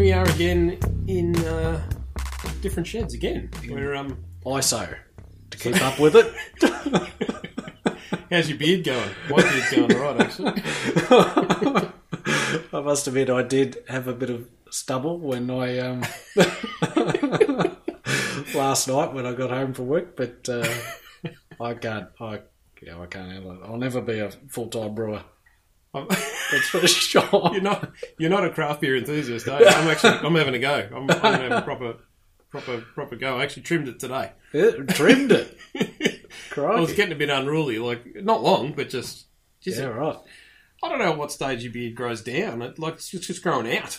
again in uh, different sheds again. Where um, ISO to keep up with it. how's your beard going? My beard's going all right, actually. I must admit, I did have a bit of stubble when I um, last night when I got home from work, but uh, I can't. I yeah, I can't handle it. I'll never be a full time brewer. I'm- That's for sure. you're not you're not a craft beer enthusiast, are you? I'm actually I'm having a go. I'm, I'm gonna have a proper proper proper go. I actually trimmed it today. Yeah, trimmed it. I was Crikey. getting a bit unruly, like not long, but just. just yeah, right. I don't know at what stage your beard grows down. It, like it's just, it's growing out.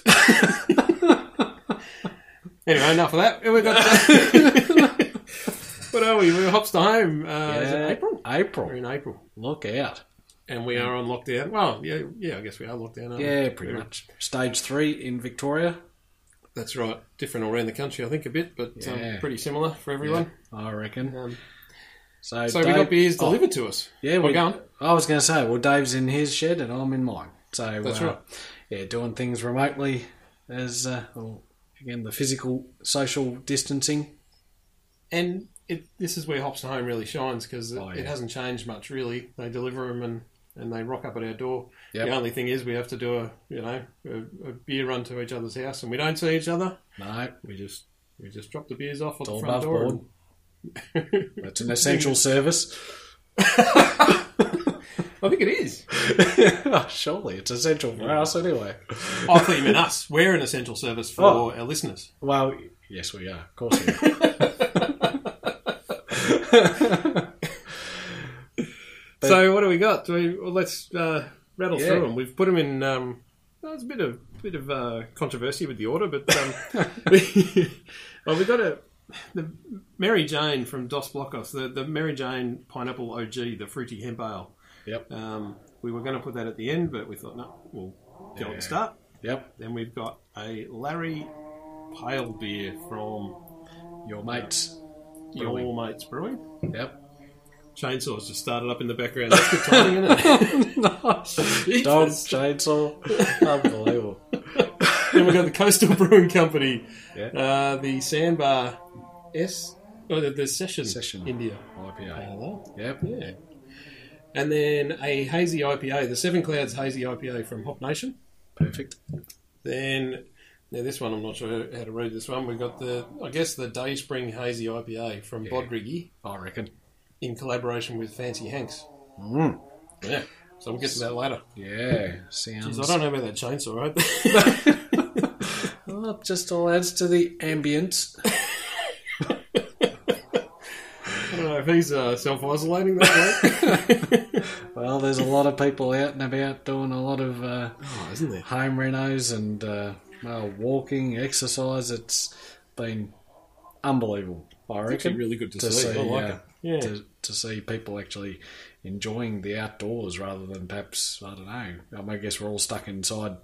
anyway, enough of that. We got. what are we? We're hops to home. Uh, Is Yeah, it April? We're April. in April, Look out. and we are on lockdown. Well, yeah, yeah. I guess we are locked down. Aren't we? Yeah, pretty We're- much. Stage three in Victoria. That's right. Different all around the country, I think, a bit, but um, Yeah. pretty similar for everyone. I reckon. Um, So, so we Dave- got beers Oh, delivered to us. Yeah, We're we, going. I was going to say, well, Dave's in his shed and I'm in mine. So That's uh, right. Yeah, doing things remotely as uh, well, again the physical social distancing. And it, this is where Hops to Home really shines because it, Oh, it yeah. hasn't changed much, really. They deliver them and, and they rock up at our door. Yep. The only thing is we have to do a you know a, a beer run to each other's house, and we don't see each other. No, We just we just drop the beers off at it's the all front above door. board. It's an essential service. I think it is. Oh, Surely, it's essential for us anyway. Oh, I thought you meant us. We're an essential service for Oh. our listeners. Well, yes, we are. Of course, we are. But- so what do we got? Do we, well, let's uh, rattle Yeah. through them. We've put them in. Um, well, there's a bit of bit of uh, controversy with the order, but um, well, we got a the Mary Jane from Dos Blocos, the the Mary Jane Pineapple OG, the fruity hemp ale. Yep. Um, we were going to put that at the end, but we thought no, we'll go at Yeah. the start. yep, Then we've got a Larry Pale Beer from your mates. Your Mates Brewing. Yep. Chainsaws just started up in the background. That's good timing, isn't it? Jesus. Dog chainsaw. Unbelievable. Then we've got the Coastal Brewing Company, Yeah. uh, the Sandbar S, oh, the, the Session, Session. India. IPA. Hello. Yep. Yeah. And then a hazy IPA, the Seven Clouds hazy IPA from Hop Nation. Perfect. Then, now this one, I'm not sure how to read this one. We've got the, I guess, the Day Spring hazy IPA from Yeah. Bodriggy I reckon. in collaboration with Fancy Hanks. Mm. Yeah. So we'll get to that later. Yeah. Jeez, Sounds. I don't know about that chainsaw, right? Well, it just all adds to the ambience. I don't know if he's uh, self isolating that way. Well, there's a lot of people out and about doing a lot of uh, oh, isn't there? home renos and uh, well, walking, exercise. It's been unbelievable. I actually reckon really good to, to see. see, I like uh, it. Yeah. to, to see people actually enjoying the outdoors rather than perhaps I don't know. I, mean, I guess we're all stuck inside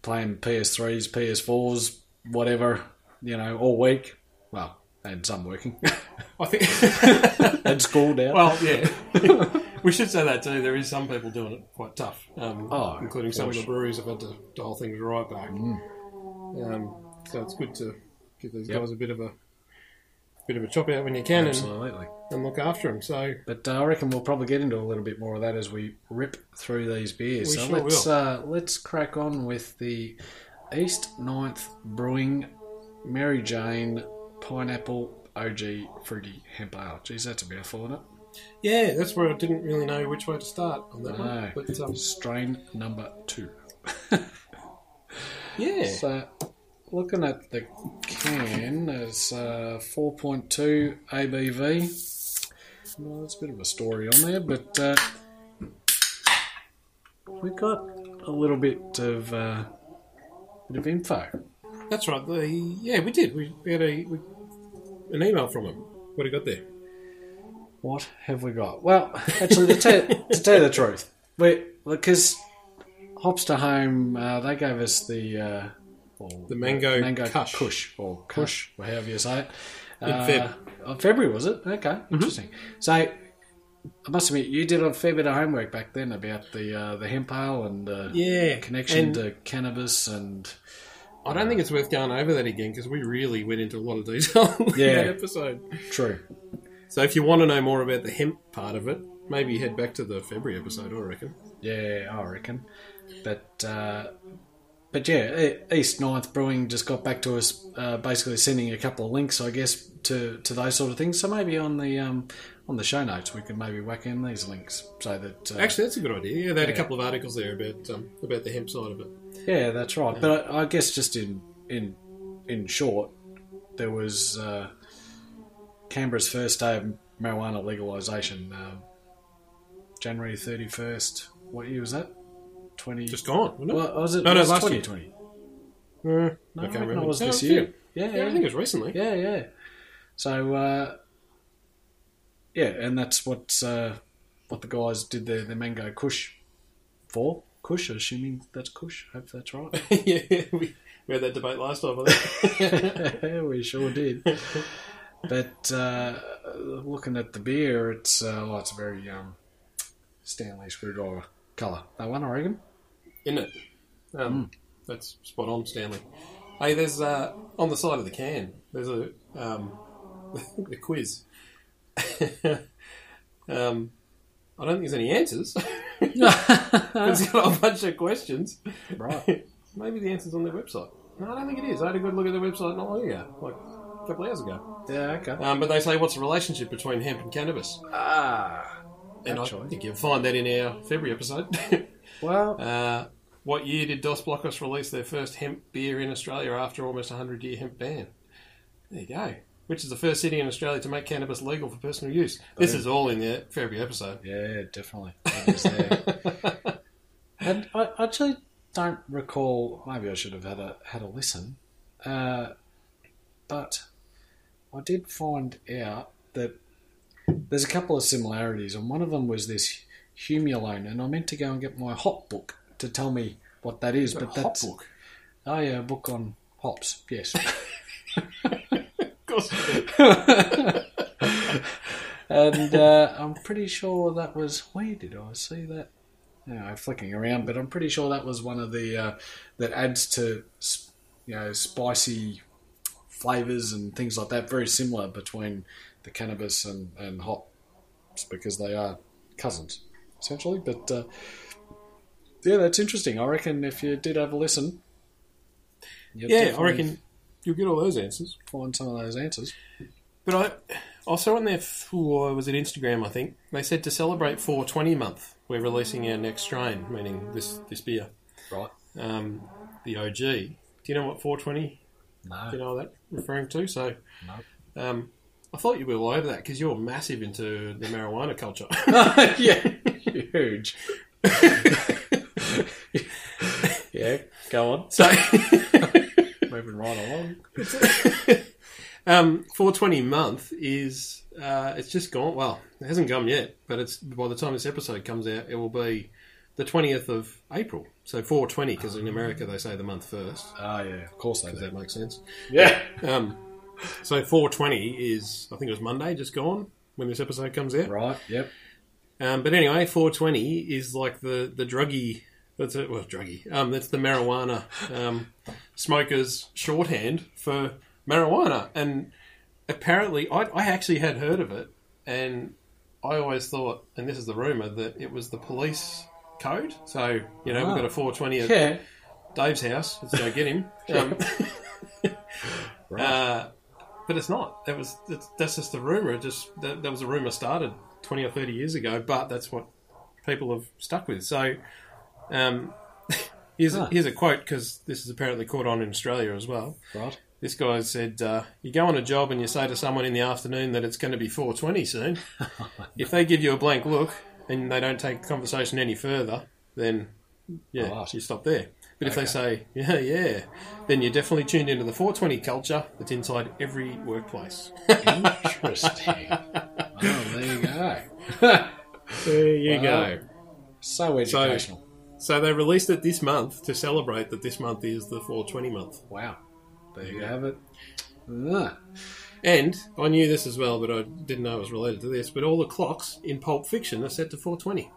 playing PS3s, PS4s, whatever you know, all week. Well, and some working I think. and school now. well, yeah. we should say that too. There is some people doing it quite tough, um, Oh, including of some of the course. Mm. breweries have had to the whole thing right back. Um, so it's good to give these Yep. guys a bit of a bit of a chop out when you can and, Absolutely. and look after them. So But uh, I reckon we'll probably get into a little bit more of that as we rip through these beers. We so sure let's will. Uh, let's crack on with the East Ninth Brewing Mary Jane Pineapple OG Fruity Hemp Ale. Geez, that's a mouthful, isn't it? yeah, that's where I didn't really know which way to start on that one. No. But um, Strain number two. yeah, So looking at the can, it's uh, 4.2 ABV. Well, that's a bit of a story on there, but uh, we got a little bit of uh, bit of info. that's right. The, yeah, we did. We, we had a we, an email from him. What do you got there? What have we got? Well, actually, to, tell, to tell you the truth, we because Hops to Home uh, they gave us the uh, well, The mango kush. kush. or kush, or however you say it. In Feb. Mm-hmm. Uh, February was it? Okay, interesting. So I must admit, you did a fair bit of homework back then about the uh, the hemp ale and uh, Yeah, connection and- to cannabis and I don't think it's worth going over that again because we really went into a lot of detail in Yeah. that episode. True. So if you want to know more about the hemp part of it, maybe head back to the February episode. I reckon. Yeah, I reckon. But uh, but yeah, E- East Ninth Brewing just got back to us, uh, basically sending a couple of links, I guess, to, to those sort of things. So maybe on the um, on the show notes, we can maybe whack in these links so that uh, Actually, that's a good idea. Yeah, they had Yeah. a couple of articles there about um, about the hemp side of it. Yeah, that's right. But I, I guess just in in in short, there was uh, Canberra's first day of marijuana legalisation, uh, January thirty first. What year was that? Twenty. Just gone, wasn't it? well, was it? No, no, was last twenty year. twenty. Uh, No, I I can't reckon remember. it was No, this I year. think- Yeah, Yeah, I think it was recently. yeah, yeah. So, uh, yeah, and that's what uh, what the guys did their, their mango kush for. Kush, assuming that's kush. Hope that's right. Yeah, we, we had that debate last time. I think. we sure did. But uh, looking at the beer, it's uh, oh, it's a very um, Stanley screwdriver colour. That one, I reckon. In it, um, that's spot on, Stanley. Hey, there's uh, on the side of the can. There's a um, a quiz. um, I don't think there's any answers. right. it's got a bunch of questions. Maybe the answer's on their website. No, I don't think it is. I had a good look at their website not long ago, like a couple of hours ago. Yeah. Okay. Um, but they say, what's the relationship between hemp and cannabis? Ah. And Actually. I think you'll find that in our February episode. Well. Uh, what year did Dos Blocos release their first hemp beer in Australia after almost a 100 year hemp ban? There you go. Which is the first city in Australia to make cannabis legal for personal use? This is all in the February episode. Yeah, definitely. It is there. and I actually don't recall. Maybe I should have had a had a listen, uh, but I did find out that there's a couple of similarities, and one of them was this humulone, and I meant to go and get my hop book to tell me what that is, but a hop that's book? Oh yeah, a book on hops. Yes. Of course. and uh, I'm pretty sure that was where did I see that? Yeah, I'm flicking around, but I'm pretty sure that was one of the uh, that adds to s- you know spicy flavors and things like that. Very similar between the cannabis and and hops because they are cousins essentially. But uh, yeah, that's interesting. I reckon if you did have a listen, you'd yeah, I definitely reckon you'll get all those answers. find some of those answers. But I also on their floor was it Instagram? I think they said to celebrate 420 month, we're releasing our next strain, meaning this this beer, Right? um, the OG. Do you know what 420 No. you know that referring to. So, No. um, I thought you were all over that because you're massive into the marijuana culture. yeah, huge. yeah, go on. so, Moving right along. um, 420 month is uh, it's just gone. Well, it hasn't come yet, but it's by the time this episode comes out, it will be the 20th of April. So 420 because in America they say the month first. Oh yeah, of course they If do. that makes sense. Yeah. Um, so 420 is I think it was Monday, just gone when this episode comes out. Right. Yep. Um, but anyway, 420 is like the the druggy. That's it. Well, druggy. Um, that's the marijuana um, smokers shorthand for marijuana. And apparently, I, I actually had heard of it, and I always thought, and this is the rumor, that it was the police code. So you know, Ah. we've got a 420 at Yeah. Dave's house. Let's go get him. Um, Right. uh, but it's not. That was that's, that's just the rumor. It just that, that was a rumor started twenty or thirty years ago. But that's what people have stuck with. So um, here's Huh. a, here's a quote because this is apparently caught on in Australia as well. right. This guy said, uh, "You go on a job and you say to someone in the afternoon that it's going to be 4:20 soon. if they give you a blank look and they don't take the conversation any further, then yeah, Right. you stop there. But if Okay. they say, yeah, yeah, then you're definitely tuned into the 4:20 culture that's inside every workplace. Interesting. oh, there you go. There you go. so educational. So they released it this month to celebrate that this month is the 4:20 month. wow. There you have it. Ah, And I knew this as well, but I didn't know it was related to this. But all the clocks in Pulp Fiction are set to 4:20.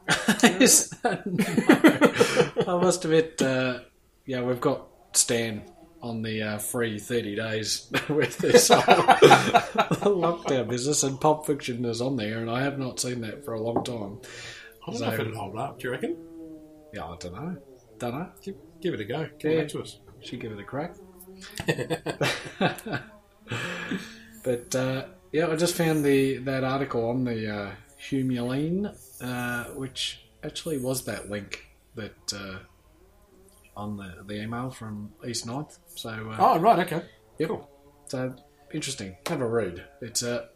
Is that- I must admit, uh, yeah, we've got Stan on the uh, free 30 days with this whole lockdown business, and Pulp Fiction is on there, and I have not seen that for a long time. I don't know if So- it'll hold up. Do you reckon? Yeah, I don't know. Don't know. Give, give it a go. Come Yeah. back to us. Should give it a crack. but uh, yeah, I just found the that article on the uh, Humulene, uh, which actually was that link that uh, on the, the email from East Ninth. So uh, Oh, right. Okay. Yep. So interesting. Have a read. It's a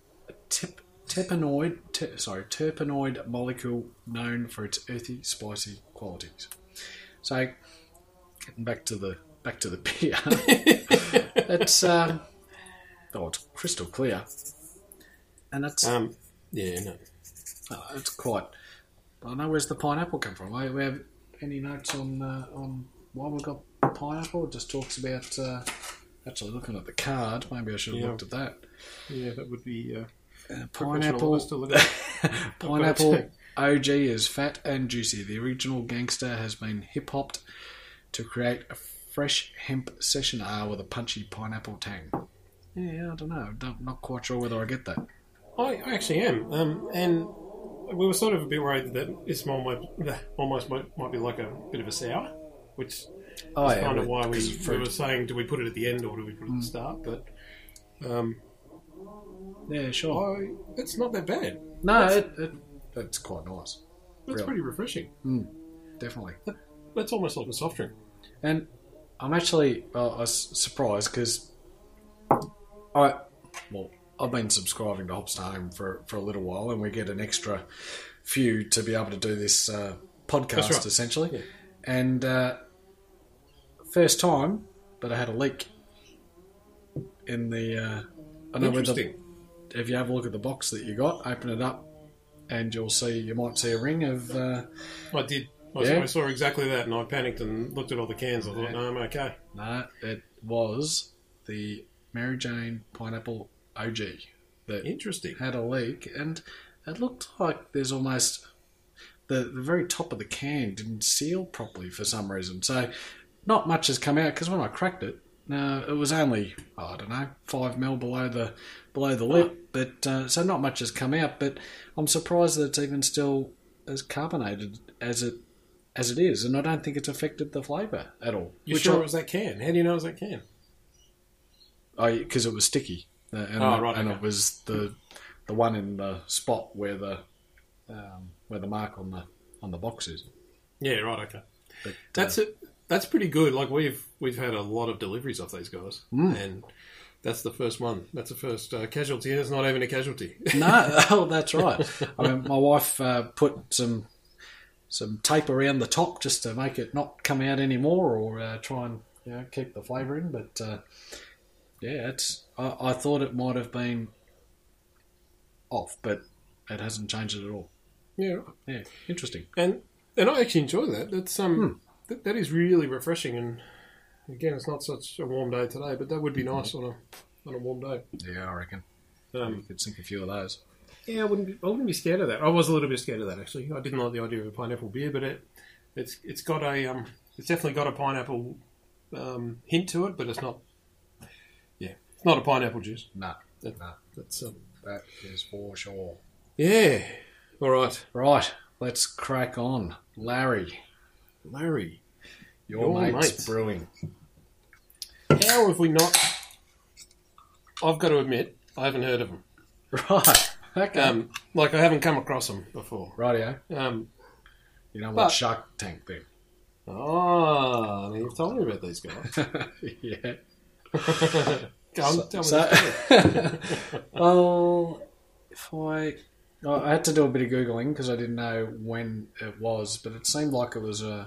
tip, terpenoid, ter, sorry, terpenoid molecule known for its earthy, spicy qualities. So, getting back to the back to the beer. it's um, oh, it's crystal clear, and it's Um, yeah. No. uh, it's quite. I don't know where's the pineapple come from. I, we have any notes on uh, on why we got pineapple? It just talks about. Uh, actually, looking at the card, maybe I should have Yeah. looked at that. Yeah, that would be uh, Uh, professional pineapple. us to look at. Pineapple check. OG is fat and juicy. The original gangster has been hip hopped to create a fresh hemp session R with a punchy pineapple tang. Yeah, I don't know. Don't, not quite sure whether I get that. I, I actually am. Um, and we were sort of a bit worried that this one might, almost might, might be like a bit of a sour, which Oh, That's kind of why because we, we fruit. Hmm. were saying, do we put it at the end or do we put it at the start? But um, Yeah, sure. I, it's not that bad. No, it, it, it's quite nice. That's Really? pretty refreshing. Definitely. That's almost like a soft drink. And I'm actually well, I was surprised because I well I've been subscribing to Hopster Home for for a little while, and we get an extra few to be able to do this uh, podcast That's right. essentially. Yeah. And uh, first time that I had a leak in the uh, I know where the, Interesting. if you have a look at the box that you got, open it up, and you'll see you might see a ring of. Uh, I did. I, Yeah. I saw exactly that and I panicked and looked at all the cans. I thought, no, I'm okay. No, it was the Mary Jane Pineapple OG that Interesting. had a leak, and it looked like there's almost the, the very top of the can didn't seal properly for some reason. So, not much has come out because when I cracked it, no, it was only oh, I don't know five mil below the below the lip, but uh, so not much has come out. But I'm surprised that it's even still as carbonated as it as it is, and I don't think it's affected the flavour at all. You which sure I- it was that can? How do you know it was that can? I because it was sticky, uh, and, Oh, right, and okay. it was the the one in the spot where the um, where the mark on the on the box is. Yeah, right. Okay. But, uh, That's it. That's pretty good. Like we've we've had a lot of deliveries off these guys, and that's the first one. That's the first uh, casualty, and it's not even a casualty. no, oh, that's right. I mean, my wife uh, put some some tape around the top just to make it not come out anymore, or uh, try and you know, keep the flavour in. But uh, yeah, it's I, I thought it might have been off, but it hasn't changed it at all. yeah, Yeah, interesting. and and I actually enjoy that. That's um, that, that is really refreshing. And again, it's not such a warm day today, but that would be nice on a on a warm day. Yeah, I reckon you Um, could sink a few of those. Yeah, I wouldn't. Be, I wouldn't be scared of that. I was a little bit scared of that actually. I didn't like the idea of a pineapple beer, but it, it's it's got a um, it's definitely got a pineapple um, hint to it, but it's not. Yeah, it's not a pineapple juice. No, That- no, That's um, that is for sure. yeah. All right, Right, let's crack on. Larry, Larry. your, Your mate's mate's. brewing. How have we not? I've got to admit, I haven't heard of them. Right, okay. Um, like I haven't come across them before. Rightio. Um, You know But- what Shark Tank then? ah, now you've told me about these guys. yeah. Go on, tell me So, the story. well, if I, oh, I had to do a bit of googling because I didn't know when it was, but it seemed like it was uh,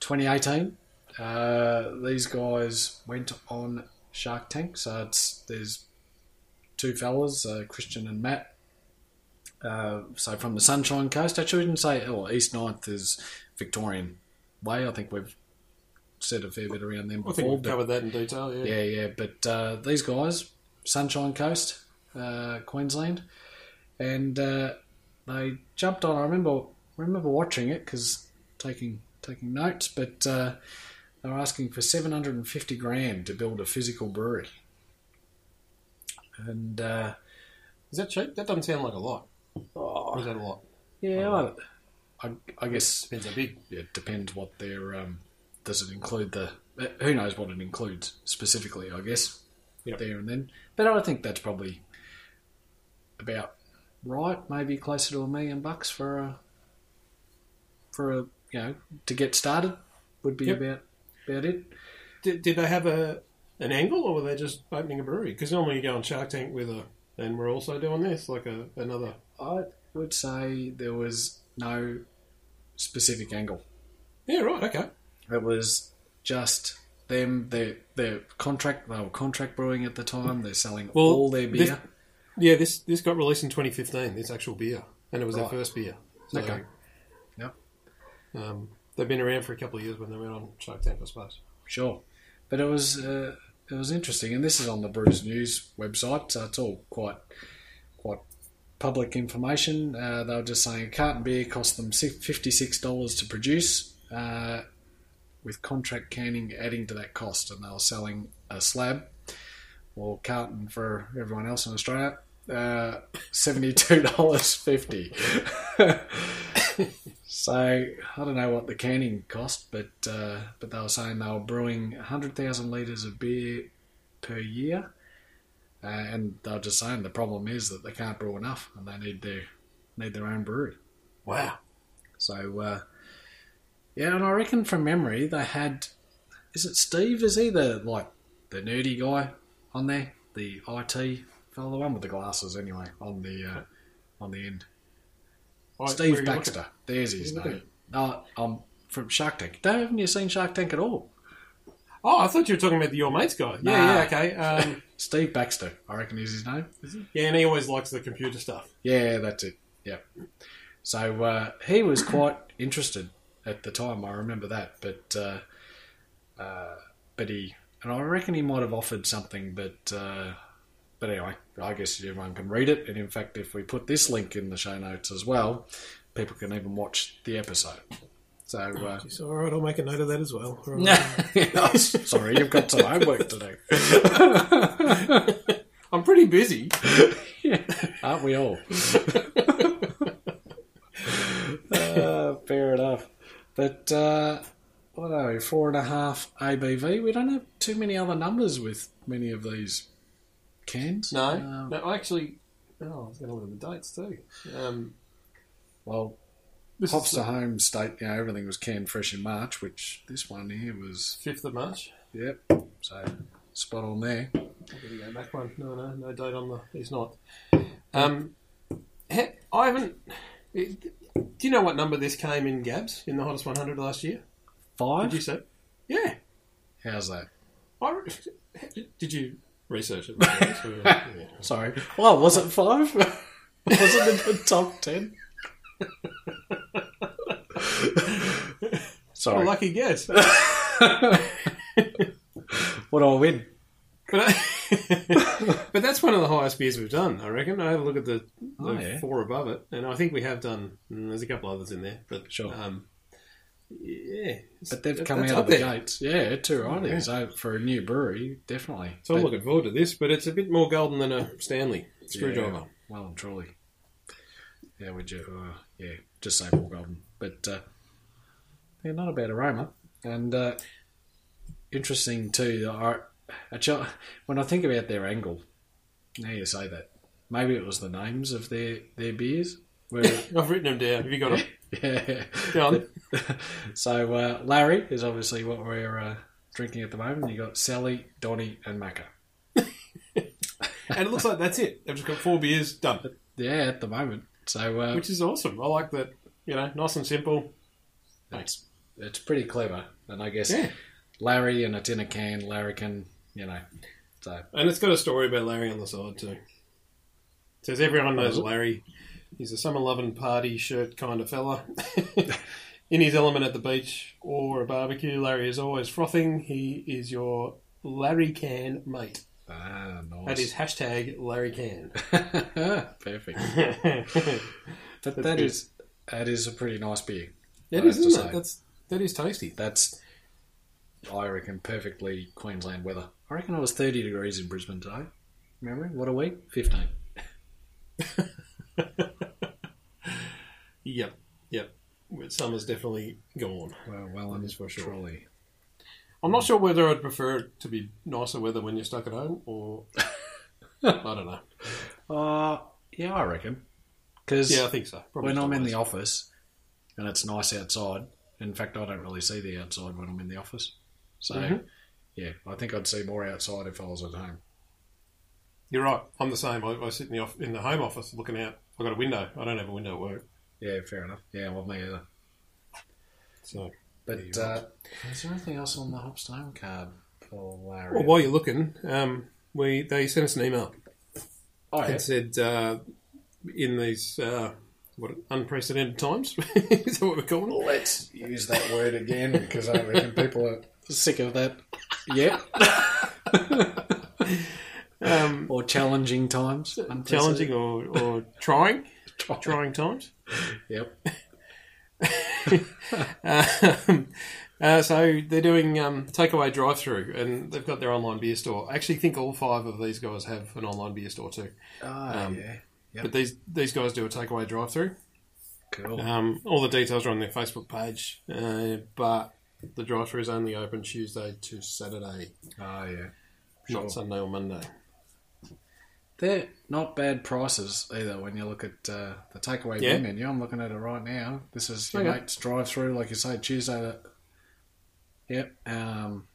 2018. Uh, these guys went on Shark Tank, so it's there's two fellas, uh, Christian and Matt. Uh, so from the Sunshine Coast, actually, we didn't say. Oh, East Ninth is Victorian way. I think we've said a fair bit around them I think before. we've but- covered that in detail. Yeah. yeah, yeah. But uh, these guys, Sunshine Coast, uh, Queensland, and uh, they jumped on. I remember remember watching it because taking taking notes. But uh, They're asking for 750 grand to build a physical brewery. And, uh, Is that cheap? That doesn't sound like a lot. Or is that a lot? Oh, yeah, I, I, I guess Depends how big. it depends what their, um, does it include the, uh, who knows what it includes specifically, I guess, Yep. there and then. But I think that's probably about right, maybe closer to a million bucks for a, for a, you know, to get started would be Yep. about, about it. Did, did they have a an angle, or were they just opening a brewery? Because normally you go on Shark Tank with a, and we're also doing this, like a another. I would say there was no specific angle. Yeah, right. Okay. It was just them. Their their contract. They were contract brewing at the time. They're selling Well, all their beer. this- Yeah, this this got released in 2015. This actual beer, and it was Right. their first beer. Okay. Yep. Um, they've been around for a couple of years when they went on Shark Tank, I suppose. Sure, but it was uh, it was interesting, and this is on the Brews News website, so it's all quite quite public information. Uh, they were just saying a carton beer cost them fifty six dollars to produce, uh, with contract canning adding to that cost, and they were selling a slab or carton for everyone else in Australia. Uh, seventy-two dollars fifty. So I don't know what the canning cost, but uh, but they were saying they were brewing hundred thousand liters of beer per year, uh, and they were just saying the problem is that they can't brew enough, and they need their need their own brewery. Wow. So uh, yeah, and I reckon from memory they had is it Steve? Is he the like the nerdy guy on there, the IT fellow, the one with the glasses anyway on the uh, on the end. Right, where are Steve you Baxter. There's his Where are you name. No, I'm Uh, um, from Shark Tank. Don't haven't you seen Shark Tank at all? looking? Oh, I thought you were talking about the Your Mates guy. Yeah, Nah. yeah, okay. Um, Steve Baxter, I reckon is his name. yeah, and he always likes the computer stuff. Yeah, that's it. Yep. So uh, he was quite interested at the time. I remember that, but uh, uh, but he and I reckon he might have offered something, but uh, but anyway, I guess everyone can read it. And in fact, if we put this link in the show notes as well, people can even watch the episode. So uh, So, all right, I'll make a note of that as well. Sorry, you've got some homework to do. I'm pretty busy. Aren't we all? uh, fair enough. But, uh, what are we, four and a half ABV? We don't have too many other numbers with many of these cans. No, Uh, no, I actually. Oh, I was going to look at the dates too. Um, well, this Hops is to the Home State, you know, everything was canned fresh in March, which this one here was, 5th of March. yep. So, spot on there. I'm going to go back one. No, no, no date on the. He's not. Um, he- I haven't. it- do you know what number this came in Gabs in the hottest 100 last year? Did you Five? say? Yeah. How's that? I re- did you research it? Yeah. Sorry. Well, was it five? was it in the top ten? A Sorry. lucky guess. what do I win? But, I, but that's one of the highest beers we've done, I reckon. I had a look at the, the Oh, yeah. four above it, and I think we have done. mm, There's a couple others in there, but Sure. Um, yeah, it's- But they've that- come that's out of up the there. gates. Yeah, it's too right. Yeah. So for a new brewery, definitely. So I'm But- looking forward to this, but it's a bit more golden than a Stanley screwdriver. Yeah, well and truly. Yeah, we just uh, yeah, just say more golden, but uh, yeah, not a bad aroma. And uh, interesting too. I, actually, when I think about their angle, now you say that, maybe it was the names of their their beers. Where, I've written them down. Have you got them? yeah. Go on. So uh, Larry is obviously what we're uh, drinking at the moment. You got Sally, Donny, and Macca. and it looks like that's it. They've just got four beers done, Yeah, at the moment. So uh, which is awesome. I like that. You know, nice and simple. It's it's pretty clever, and I guess Yeah. Larry and it's in a can, larrikin, you know. So And it's got a story about Larry on the side too. It says everyone knows Oh. Larry. He's a summer loving party shirt kind of fella. In his element at the beach or a barbecue, Larry is always frothing. He is your Larry Can mate. ah, nice. That is hashtag Larry Can. perfect. that But That's that good. is that is a pretty nice beer. I is, have to isn't say. it? That's that is tasty. That's I reckon, perfectly Queensland weather. I reckon it was 30 degrees in Brisbane today. Remember? What a week? 15. Yep, yep. But Summer's definitely gone. Well, well on That is for sure. trolley. I'm not sure whether I'd prefer it to be nicer weather when you're stuck at home or. I don't know. Uh, yeah, I reckon. Because Yeah, I think so. Probably when I'm in nice. the office and it's nice outside, in fact, I don't really see the outside when I'm in the office. So, Mhm. yeah, I think I'd see more outside if I was at home. You're right. I'm the same. I, I sit in the off, in the home office looking out. I've got a window. I don't have a window at work. Yeah, fair enough. Yeah, well, me either. So, But Yeah, you're uh, is there anything else on the Hopstone card for Larry? well, while you're looking, um, we they sent us an email oh, yeah. and said uh, in these uh, what unprecedented times. is that what we're calling? it? Let's use that word again because I reckon people are sick of that. Yeah. Um, Or challenging times. challenging or, or trying, Trying. trying times. Yep. Um, uh, so they're doing um, takeaway drive-through, and they've got their online beer store. I actually think all five of these guys have an online beer store too, Ah, Um, yeah. but these these guys do a takeaway drive-through. Cool. Um, all the details are on their Facebook page, uh, but the drive-through is only open Tuesday to Saturday, Ah, yeah. Sure. not Sunday or Monday. They're not bad prices either when you look at uh, the takeaway Yeah. menu. I'm looking at it right now. This is your Okay. mate's drive through, like you say, Tuesday. To... Yep. Um,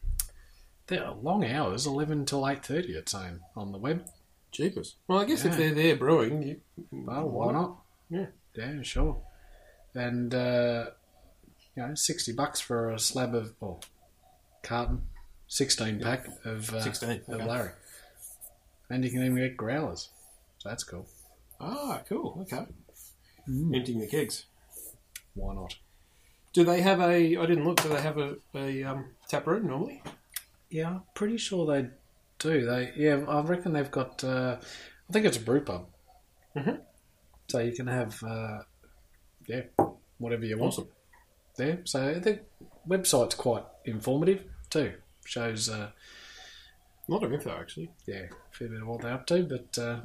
they're long hours, 11 till 8.30 it's saying on the web. Cheapest. Well, I guess Yeah. if they're there brewing, you, Well, why not? Yeah. Yeah, sure. And, uh, you know, 60 bucks for a slab of, or carton, 16 pack of, uh, 16, of okay. Larry. And you can even get growlers. So that's cool. ah, cool, okay, Mm. emptying the kegs. Why not? Do they have a? I didn't look. Do they have a, a um, tap room normally? Yeah, I'm pretty sure they do. They yeah, I reckon they've got. Uh, I think it's a brew pub, Mhm. so you can have uh, yeah, whatever you want Awesome. there. So the website's quite informative too. Shows uh, A lot of info actually. yeah, a fair bit of what they're up to. But uh,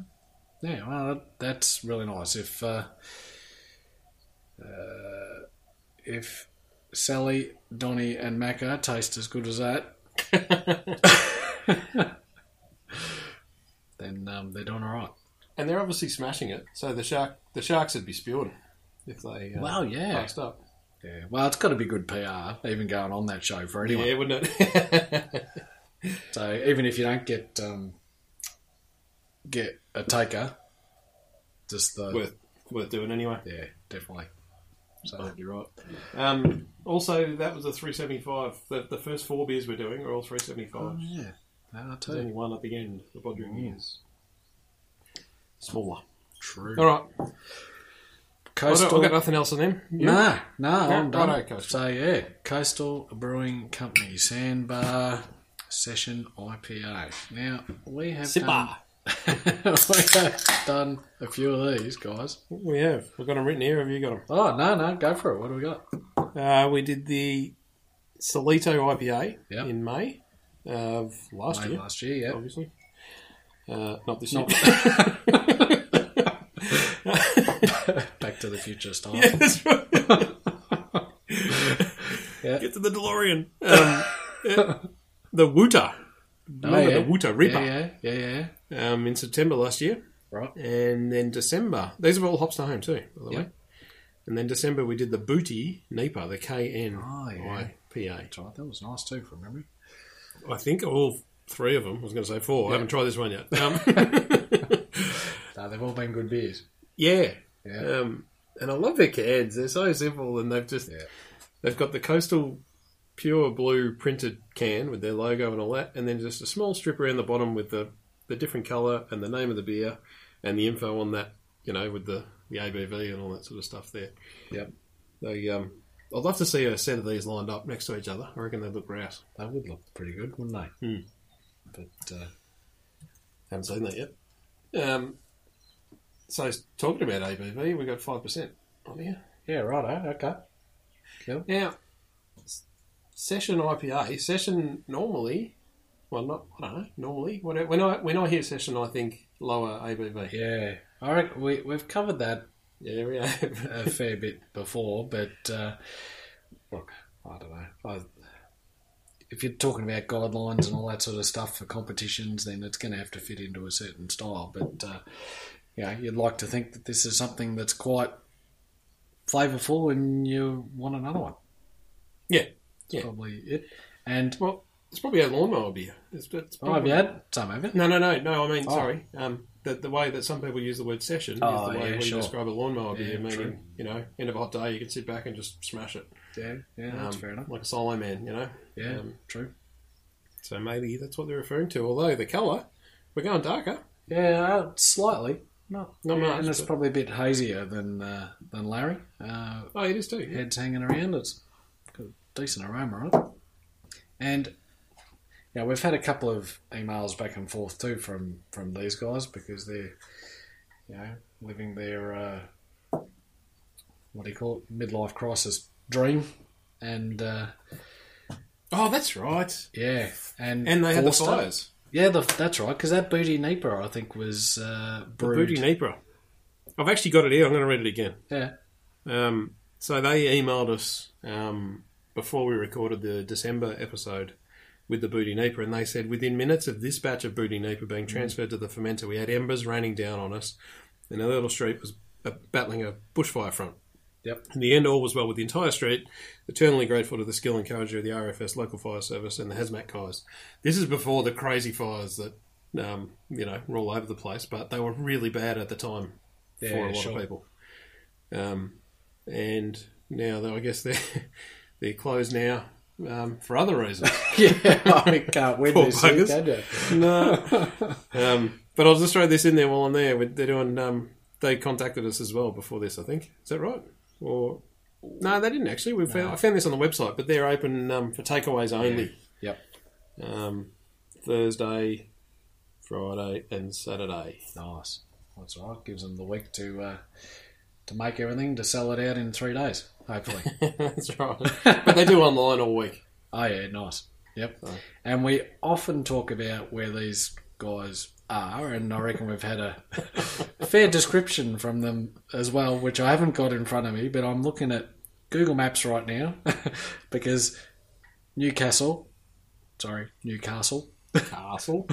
yeah, well, that- that's really nice. If uh, uh, if Sally, Donny, and Macca taste as good as that, then um, they're doing all right. And they're obviously smashing it. So the shark, the sharks would be spewing if they uh, Wow, yeah. passed up. yeah. Well, it's got to be good PR, even going on that show for anyone. Yeah, wouldn't it? So even if you don't get um, get a taker, just the worth worth doing anyway. yeah, definitely. So oh, you're right. Um, also, that was a 375. The, the first four beers we're doing are all 375. Oh, yeah, they are There's too. only one at the end. The Bodrum Mm. beers, smaller. True. All right, I've got, Coastal. I've got nothing else on them. You? No, no, I'm Right, done. righto, Coastal. So yeah, Coastal Brewing Company Sandbar Session IPA. Now we have done, Sipper. we have done a few of these guys. We have. We've got them written here. Have you got them? Oh no, no, go for it. What do we got? Uh, we did the Solito IPA Yep. in May of last Made year, Oh. last year, yeah. obviously. Uh, not this Not- year. Back to the Future style. yeah, that's right. Yeah. Get to the DeLorean. Um, uh, the Wooter. Remember Oh, yeah. the Wooter yeah, Reaper yeah, yeah, yeah. Um, in September last year. Right. And then December. These are all hops to home, too, by the Yeah. way. And then December, we did the Booty NEPA, the KN Oh, yeah. IPA. That's right. That was nice too, from memory. I think all three of them. I was going to say four. I haven't tried this one yet. Um, No, they've all been good beers. yeah. Yeah. Um, and I love their cans. They're so simple, and they've just Yeah. they've got the coastal pure blue printed can with their logo and all that, and then just a small strip around the bottom with the the different colour and the name of the beer and the info on that. You know, with the the ABV and all that sort of stuff there. Yep. They. Um, I'd love to see a set of these lined up next to each other. I reckon they'd look rouse. They would look pretty good, wouldn't they? Hmm. But uh, Haven't seen that yet. Um, so talking about ABV, we got five percent on here. yeah, righto. Okay. Now, Session IPA. Session normally, well, not I don't know. Normally, when I, when I when I hear session, I think lower ABV. Yeah. All right, we, we've covered that Yeah, we have. a fair bit before, but uh, look, I don't know. I, if you're talking about guidelines and all that sort of stuff for competitions, then it's going to have to fit into a certain style. But uh, yeah, you'd like to think that this is something that's quite flavourful, and you want another one. Yeah. That's Yeah. probably it. And well, it's probably a lawnmower beer. It's, it's oh, have probably, you had some of it? No, no, no, no. I mean, Oh. sorry. Um, the, the way that some people use the word session Oh, is the way yeah, we sure. describe a lawnmower Yeah, beer, meaning true. you know, end of a hot day, you can sit back and just smash it, Yeah, yeah, um, that's fair enough. like a solo man, you know. Yeah, Um, true. so maybe that's what they're referring to. Although the colour, we're going darker. Yeah, uh, slightly. Not, Not much, and it's but- probably a bit hazier than uh, than Larry. Uh, Oh, it is too. heads hanging around. It's got a decent aroma on it. And yeah, we've had a couple of emails back and forth too from from these guys because they're you know living their uh, what do you call it midlife crisis dream, and uh, Oh, that's right. yeah, and And they had the Forster- fires. Yeah, the, that's right because that booty Nipah I think was uh, brewed. Booty Nipra. I've actually got it here. I'm going to read it again. yeah, Um, so they emailed us um, before we recorded the December episode with the Booty Nipah, and they said within minutes of this batch of Booty Nipah being transferred to the fermenter, we had embers raining down on us, and our little street was uh, battling a bushfire front. Yep. In the end, all was well with the entire street. Eternally grateful to the skill and courage of the RFS local fire service and the hazmat guys. This is before the crazy fires that um, you know were all over the place, but they were really bad at the time yeah, for a lot sure. of people. Um, and now, though, I guess they're they're closed now um, for other reasons. yeah, I can't win Poor this, week, buggers. can you? no, um, but I'll just throw this in there while I'm there. They're doing. Um, they contacted us as well before this. I think is that right? Or no, they didn't actually. We found, I found this on the website, but they're open um, for takeaways only. Yep. Um, Thursday, Friday, and Saturday. Nice. That's all right. Gives them the week to uh, to make everything to sell it out in three days, hopefully. That's right. but they do online all week. oh yeah, nice. Yep. Right. And we often talk about where these guys are, and I reckon we've had a fair description from them as well, which I haven't got in front of me, but I'm looking at Google Maps right now because Newcastle, sorry, Newcastle. Castle.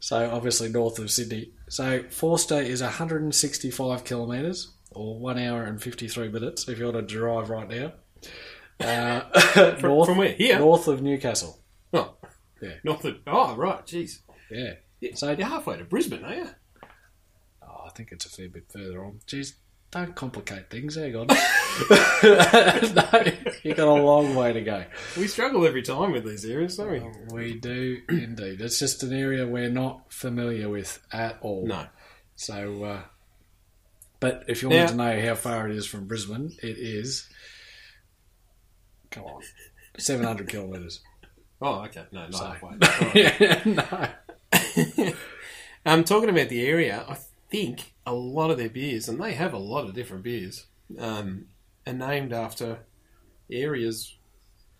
So obviously north of Sydney. So Forster is 165 kilometres, or one hour and 53 minutes, if you want to drive right now. Uh, north, from where? Here? North of Newcastle. Oh, Yeah. Not that. Oh, right. Jeez. Yeah. Yeah, So You're halfway to Brisbane, are you? oh, I think it's a fair bit further on. Jeez, don't complicate things. Hang on. no, you got a long way to go. We struggle every time with these areas, don't we? Oh. We do indeed. It's just an area we're not familiar with at all. No. So, uh, but if you wanted Now- to know how far it is from Brisbane, it is. Come on, seven hundred kilometres. Oh, okay. No, not So- halfway. All right. yeah, no. um, talking about the area, I think a lot of their beers, and they have a lot of different beers, um, are named after areas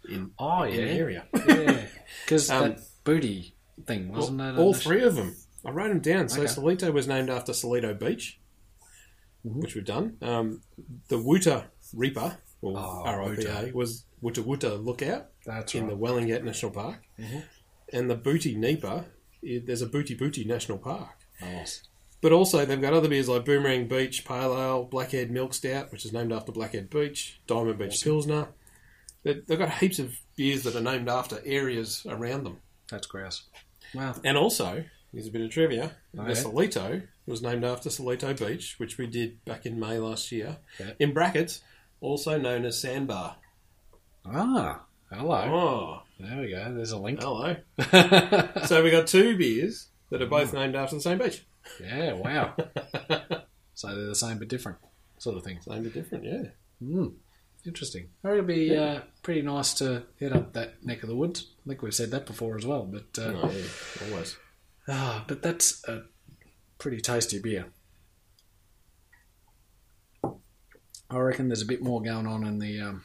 in, Oh in the yeah, area. yeah. Because Um, that booty thing wasn't that all a- three of them. I wrote them down. So Okay. Solito was named after Solito Beach, Mhm. which we've done. Um, the Wuta Reaper, or Oh, RIPA, was Wuta Wuta Lookout. That's in right. the Wellingat National Park, Mhm. and the Booty Nipa. It, there's a Booty Booty National Park, Nice. but also they've got other beers like Boomerang Beach Pale Ale, Blackhead Milk Stout, which is named after Blackhead Beach, Diamond Beach Pilsner. They- They've got heaps of beers that are named after areas around them, That's grouse. Wow. and also here's a bit of trivia: Oh, the yeah? Solito was named after Solito Beach, which we did back in May last year. Yeah. In brackets, also known as Sandbar. Ah, hello. Oh, There we go. There's a link. hello. Oh. so we got two beers that are both named after the same beach. yeah. Wow. so they're the same but different, sort of thing. Same but different, yeah. Mm, interesting. Well, It'll be uh, pretty nice to head up that neck of the woods. I think we've said that before as well, but uh, Oh, yeah, always. ah, but that's a pretty tasty beer. I reckon there's a bit more going on in the um,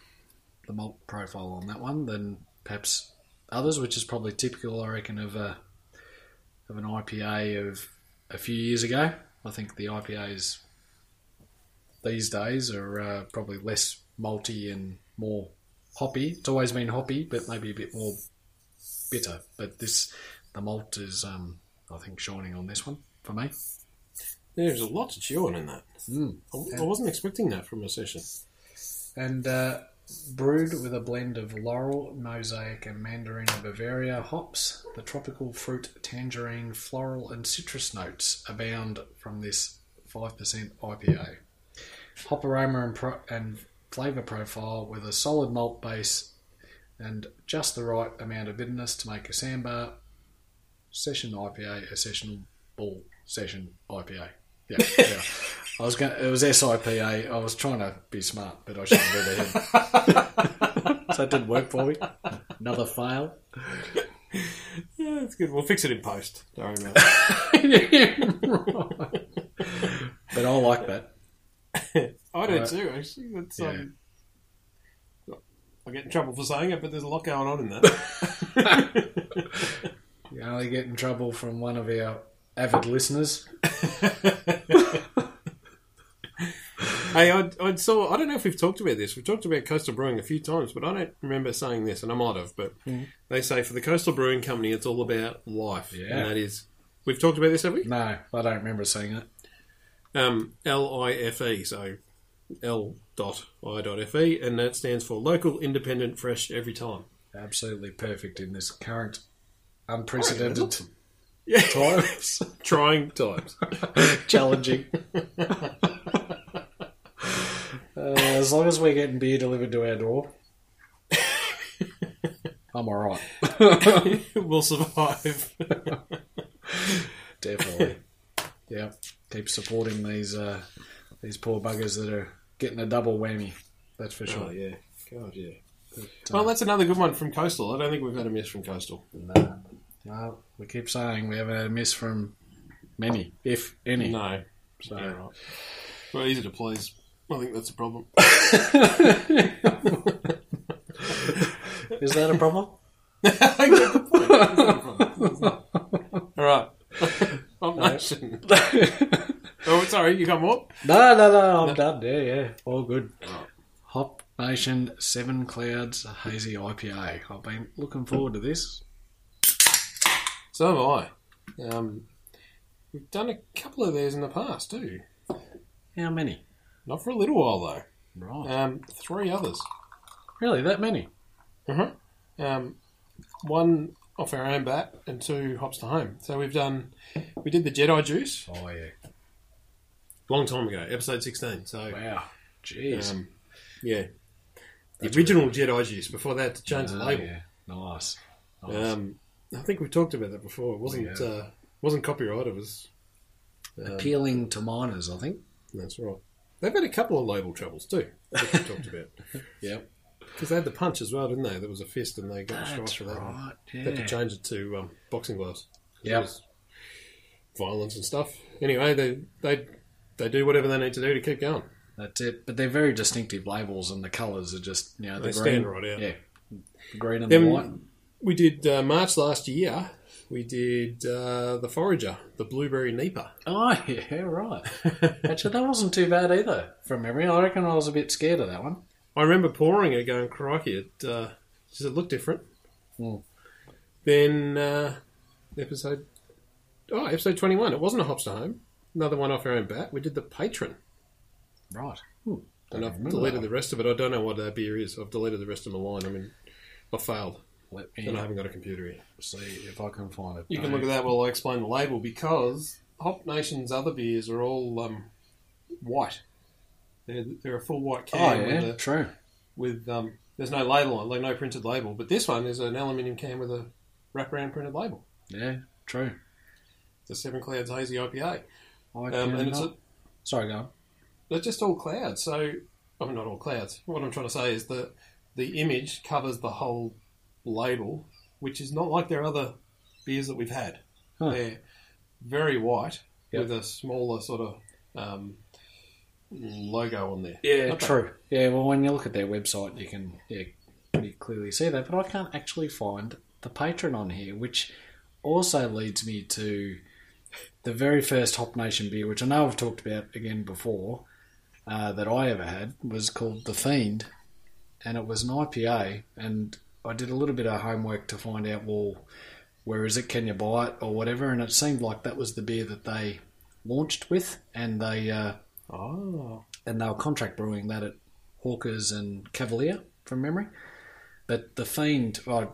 the malt profile on that one than perhaps others, which is probably typical, I reckon, of a of an IPA of a few years ago. I think the IPAs these days are uh, probably less malty and more hoppy. It's always been hoppy, but maybe a bit more bitter. But this, the malt is, um, I think, shining on this one for me. There's a lot to chew on in that. Mm. I, I wasn't expecting that from a session. And uh, brewed with a blend of laurel, mosaic, and mandarin Bavaria hops, the tropical fruit, tangerine, floral, and citrus notes abound from this 5% IPA. Hop aroma and, pro- and flavour profile with a solid malt base and just the right amount of bitterness to make a sambar session IPA a session ball session IPA. Yeah, yeah. I was going. It was SIPA. I was trying to be smart, but I should have read ahead. so it didn't work for me. Another fail. Yeah, that's good. We'll fix it in post. Don't worry about it. but I like that. I do Right. too, actually. That's, Yeah. um, I get in trouble for saying it, but there's a lot going on in that. You only get in trouble from one of our avid listeners. hey, I'd, I'd saw. I don't know if we've talked about this. We've talked about coastal brewing a few times, but I don't remember saying this, and I might have. But they say for the coastal brewing company, it's all about life, Yeah. and that is. We've talked about this, have we? No, I don't remember seeing it. Um, L I F E, so L dot I dot F E, and that stands for local, independent, fresh every time. Absolutely perfect in this current unprecedented awesome. Yeah, times. trying times. Challenging. Uh, as long as we're getting beer delivered to our door, I'm all right. we'll survive. Definitely. yeah. Keep supporting these uh, these poor buggers that are getting a double whammy. That's for sure. Oh, yeah. God, yeah. But, Well, uh, that's another good one from Coastal. I don't think we've had a miss from Coastal. no, no, uh, we keep saying we haven't had a miss from many, if any. No. So. Yeah, right. Well, easy to please. I think that's a problem. Is that a problem? All right. I'm nation. Oh, sorry, you got more? No, no, no, I'm done. Yeah, yeah, all good. Hop Nation Seven Clouds Hazy IPA. I've been looking forward to this. So have I. Um, we've done a couple of these in the past, too. How many? Not for a little while, Right, though. Um, three others. really that many? Um, one off our own bat and two hops to home. So we've done, we did the Jedi Juice. Oh yeah! Long time ago, episode 16. So Wow, jeez. Um, yeah. The original Jedi juice before they had to change the Oh, label. yeah. Nice. nice. Um, I think we talked about that before. It wasn't Yeah. uh, wasn't copyright. It was. um, Appealing to minors, I think. that's right. They've had a couple of label troubles too. That we talked about Yep. because they had the punch as well, didn't they? There was a fist, and they got a strike That's for that. one. right. They had to Yeah. change it to um, boxing gloves. Yep. Because Violence and stuff. Anyway, they they they do whatever they need to do to keep going. That's it. But they're very distinctive labels, and the colours are just you know They the green, stand right out. yeah, the green and Them- the white. We did uh, March last year. We did uh, the Forager, the Blueberry Neeper. Oh yeah, right. Actually, that wasn't too bad either from memory. I reckon I was a bit scared of that one. I remember pouring it, going crikey, it uh, does it look different? Hmm. Mm. Then uh, episode oh episode twenty one. It wasn't a hops to home. Another one off our own bat. We did the Patron, Right. and I've deleted the rest of it. I don't know what that beer is. I've deleted the rest of my line. I mean, I failed, Let and I me haven't got a computer here. see if I can find it. You can look at that while I explain the label because Hop Nation's other beers are all um, white. They're, they're a full white Oh can yeah, with, a, true. with um, there's no label on, it, like no printed label. But this one is an aluminium can with a wraparound printed label. Yeah, true. It's a Seven Clouds Hazy IPA, I um, and it's cannot- a, Sorry, go on. they're just all clouds. So I mean, not all clouds. What I'm trying to say is that the image covers the whole label, which is not like their other beers that we've had. Huh. They're very white Yep. with a smaller sort of um, logo on there. Yeah, Okay. true. Yeah, well, when you look at their website, you can yeah pretty clearly see that, but I can't actually find the patron on here, which also leads me to the very first Hop Nation beer, which I know I've talked about again before, uh, that I ever had was called The Fiend, and it was an IPA. And I did a little bit of homework to find out, well, where is it? Can you buy it or whatever? And it seemed like that was the beer that they launched with, and they uh, Oh. and they were contract brewing that at Hawkers and Cavalier from memory. But the Fiend, I,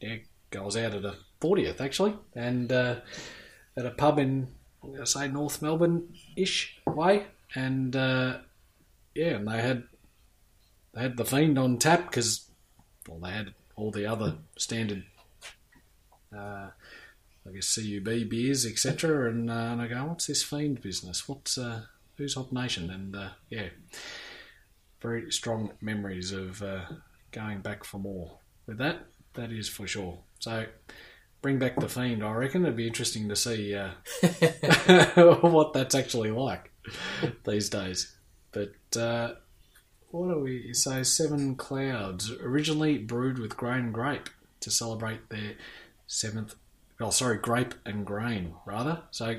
yeah, I was out at a 40th actually, and uh, at a pub in, I'm going to say, North Melbourne ish way. And uh, yeah, and they had, they had the Fiend on tap because, well, they had all the other standard, uh, I guess, CUB beers, etc. And, uh, and I go, what's this Fiend business? What's. Uh, Who's Hop Nation? And uh, yeah, very strong memories of uh, going back for more with that. That is for sure. So bring back the fiend. I reckon it'd be interesting to see uh, what that's actually like these days. But uh, what do we say? Seven Clouds originally brewed with grain grape to celebrate their seventh. Oh, sorry, grape and grain rather. So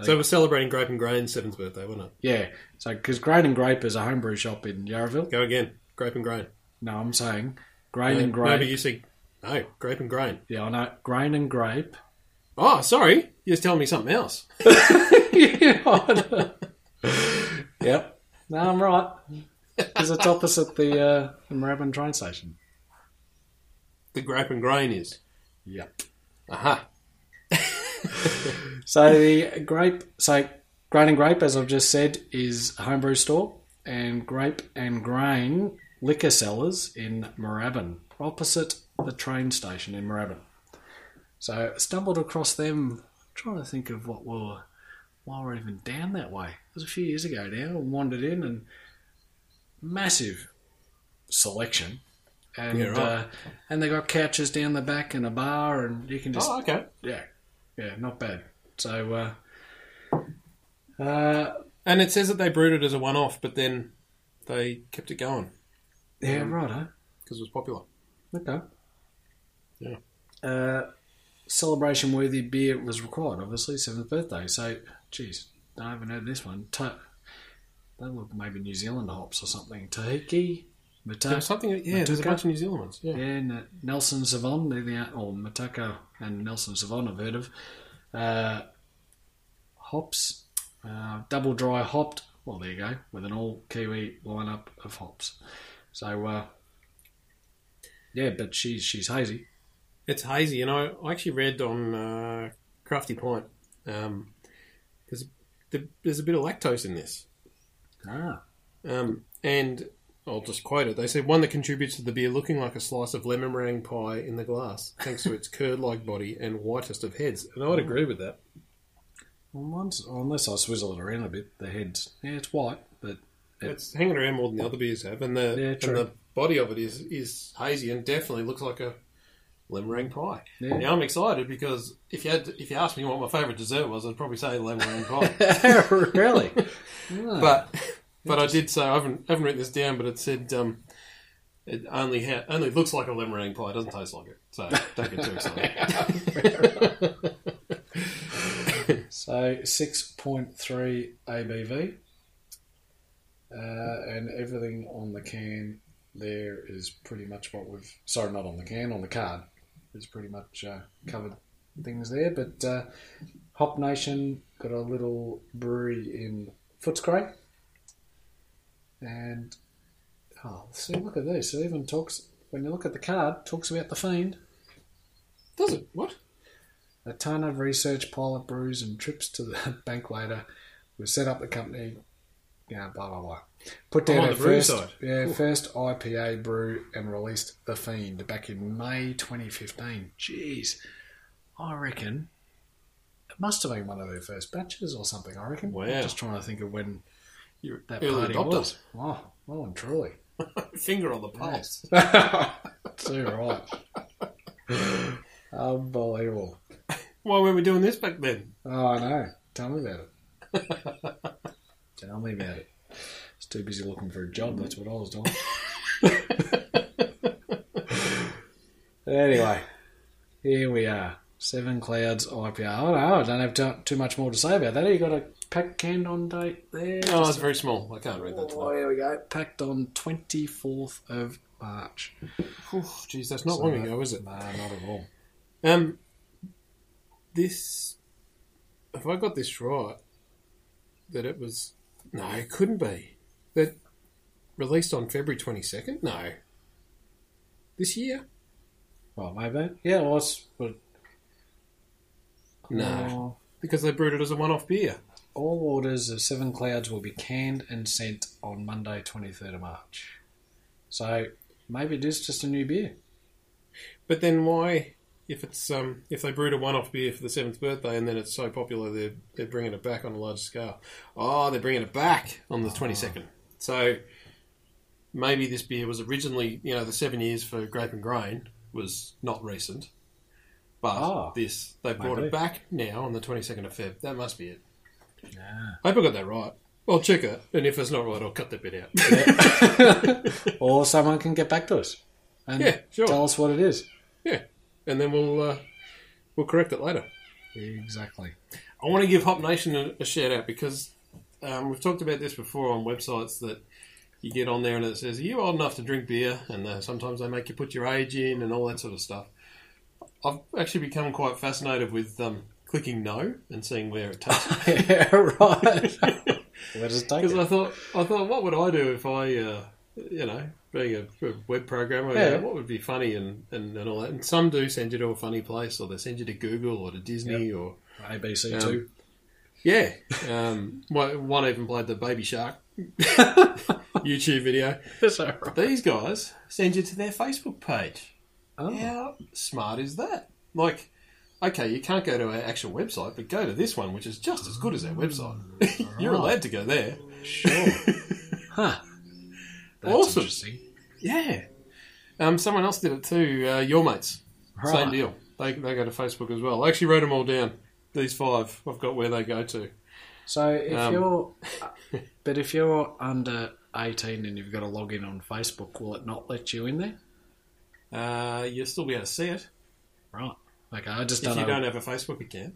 So we're celebrating Grape and Grain's seventh birthday, wasn't it? Yeah, so because Grain and Grape is a homebrew shop in Yarraville. Go again. Grape and Grain. No, I'm saying Grain and No, but Grape. you see, no, Grape and Grain. Yeah, I know Grain and Grape. Oh, sorry. You're just telling me something else. yep. No, I'm right because it's opposite the uh, Moorabbin train station. The Grape and Grain is. Yep. Aha. So the grape, so Grain and Grape, as I've just said, is a homebrew store, and Grape and Grain liquor sellers in Moorabbin, opposite the train station in Moorabbin. So I stumbled across them. Trying to think of what were why we're even down that way. It was a few years ago now. I wandered in and massive selection, and Yeah, right. uh, and they got couches down the back and a bar, and you can just Oh, okay. yeah, yeah, not bad. So, uh, uh, And it says that they brewed it as a one off, but then they kept it going yeah, right, huh? because it was popular. Okay. Yeah. Uh, celebration worthy beer was required, obviously, seventh birthday. So, geez, I haven't heard this one. Ta- they look maybe New Zealand hops or something. Tahiki, There was Mataka. something, yeah, there's a Matuka? bunch of New Zealand ones. Yeah. Yeah, N- Nelson Savon, they're the, or Mataka and Nelson Savon, I've heard of. Uh, hops, uh, double dry hopped. Well, there you go, with an all Kiwi lineup of hops. So, uh, yeah, but she's she's hazy. It's hazy, and I, I actually read on uh, Crafty Pint um, there's, the, there's a bit of lactose in this. Ah, Um, and I'll just quote it. They said one that contributes to the beer looking like a slice of lemon meringue pie in the glass, thanks to its curd-like body and whitest of heads. And I would agree with that. well, mine's, unless I swizzle it around a bit, the head's yeah, it's white, but It's hanging around more than the other beers have, and the Yeah, true. and the body of it is is hazy and definitely looks like a lemon meringue pie. Yeah. Now I'm excited because if you had if you asked me what my favourite dessert was, I'd probably say lemon meringue pie. really, Ah, but but I did say I haven't haven't written this down, but it said. Um, it only ha- only looks like a lemon meringue pie. It doesn't taste like it, so don't get too excited. So six point three ABV, uh, and everything on the can there is pretty much what we've. Sorry, not on the can, on the card is pretty much uh, covered things there. But uh, Hop Nation got a little brewery in Footscray, and oh, see, look at this. It even talks when you look at the card, talks about the fiend. Does it? What? A ton of research, pilot brews, and trips to the bank later. We set up the company, you know, blah blah blah. Put down on our the brew first, side. yeah, first IPA brew and released the Fiend back in May 2015. Jeez, I reckon it must have been one of their first batches or something. I reckon. Wow. I'm just trying to think of when You're that early party adopter. was. Wow, well and truly. Finger on the pulse. Too right. Unbelievable. Why were we doing this back then? Oh, I know. Tell me about it. Tell me about it. was too busy looking for a job. That's what I was doing. anyway, here we are. Seven Clouds IPA. Oh no, I don't have too, too much more to say about that. You got a packed can on date there. Oh, it's very small. I can't read that. Oh, Tonight. there we go. Packed on twenty fourth of March. Oof, Jeez, that's not long So, ago, is it? No, not at all. Um, this, if I got this right, that it was no, it couldn't be that released on February twenty second. No, this year. Well, maybe. Yeah, it was. But No, Oh. because they brewed it as a one off beer. All orders of Seven Clouds will be canned and sent on Monday, 23rd of March. So maybe it is just a new beer. But then why, if it's um, if they brewed a one-off beer for the seventh birthday and then it's so popular, they're they're bringing it back on a large scale. Oh, they're bringing it back on the twenty-second. So maybe this beer was originally, you know, the seven years for grape and grain was not recent, but Ah, this they brought maybe. it back now on the twenty-second of Feb. That must be it. Yeah. I hope I got that right. Well, check it, and if it's not right, I'll cut that bit out. Or someone can get back to us and Yeah, sure. tell us what it is. and then we'll uh, we'll correct it later. Exactly. I want to give Hop Nation a, a shout out because um, we've talked about this before on websites that you get on there and it says, Are you old enough to drink beer? And uh, sometimes they make you put your age in and all that sort of stuff. I've actually become quite fascinated with um, clicking no and seeing where it takes me. yeah, right. Let us take Because I it. thought, I thought, what would I do if I, uh, you know, being a, a web programmer, Yeah. yeah, what would be funny and, and, and all that. And some do send you to a funny place or they send you to Google or to Disney or ABC2. Um, Yeah. Um, one one even played the Baby Shark YouTube video. These guys send you to their Facebook page. Oh, How smart is that? Like, okay, you can't go to our actual website, but go to this one, which is just as good as our website. You're allowed to go there. sure. huh. That's Awesome. interesting. Yeah. Um, someone else did it too. Uh, your mates. Right. Same deal. They, they go to Facebook as well. I actually wrote them all down. These five. I've got where they go to. So if Um, you're, but if you're under 18 and you've got to log in on Facebook, will it not let you in there? Uh, you'll still be able to see it. Right. Okay, I just If don't you know. don't have a Facebook account.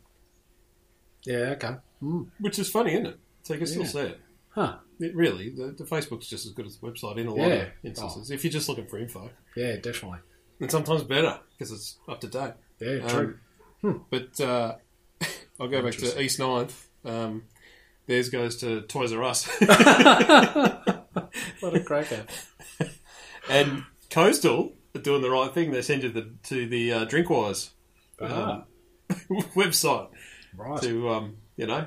Yeah, okay. Mm. Which is funny, isn't it? So you can still Yeah. see it. Huh. It really, the, the Facebook's just as good as the website in a lot of Yeah. Oh. instances. If you're just looking for info, Yeah, definitely. and sometimes better because it's up to date. Yeah, Um, true. Hmm. But uh, I'll go back to Interesting. East 9th. Um, theirs goes to Toys R Us, What a cracker. and Coastal are doing the right thing. They send you the, to the uh, Drinkwise um, Ah. website Right. to um, you know.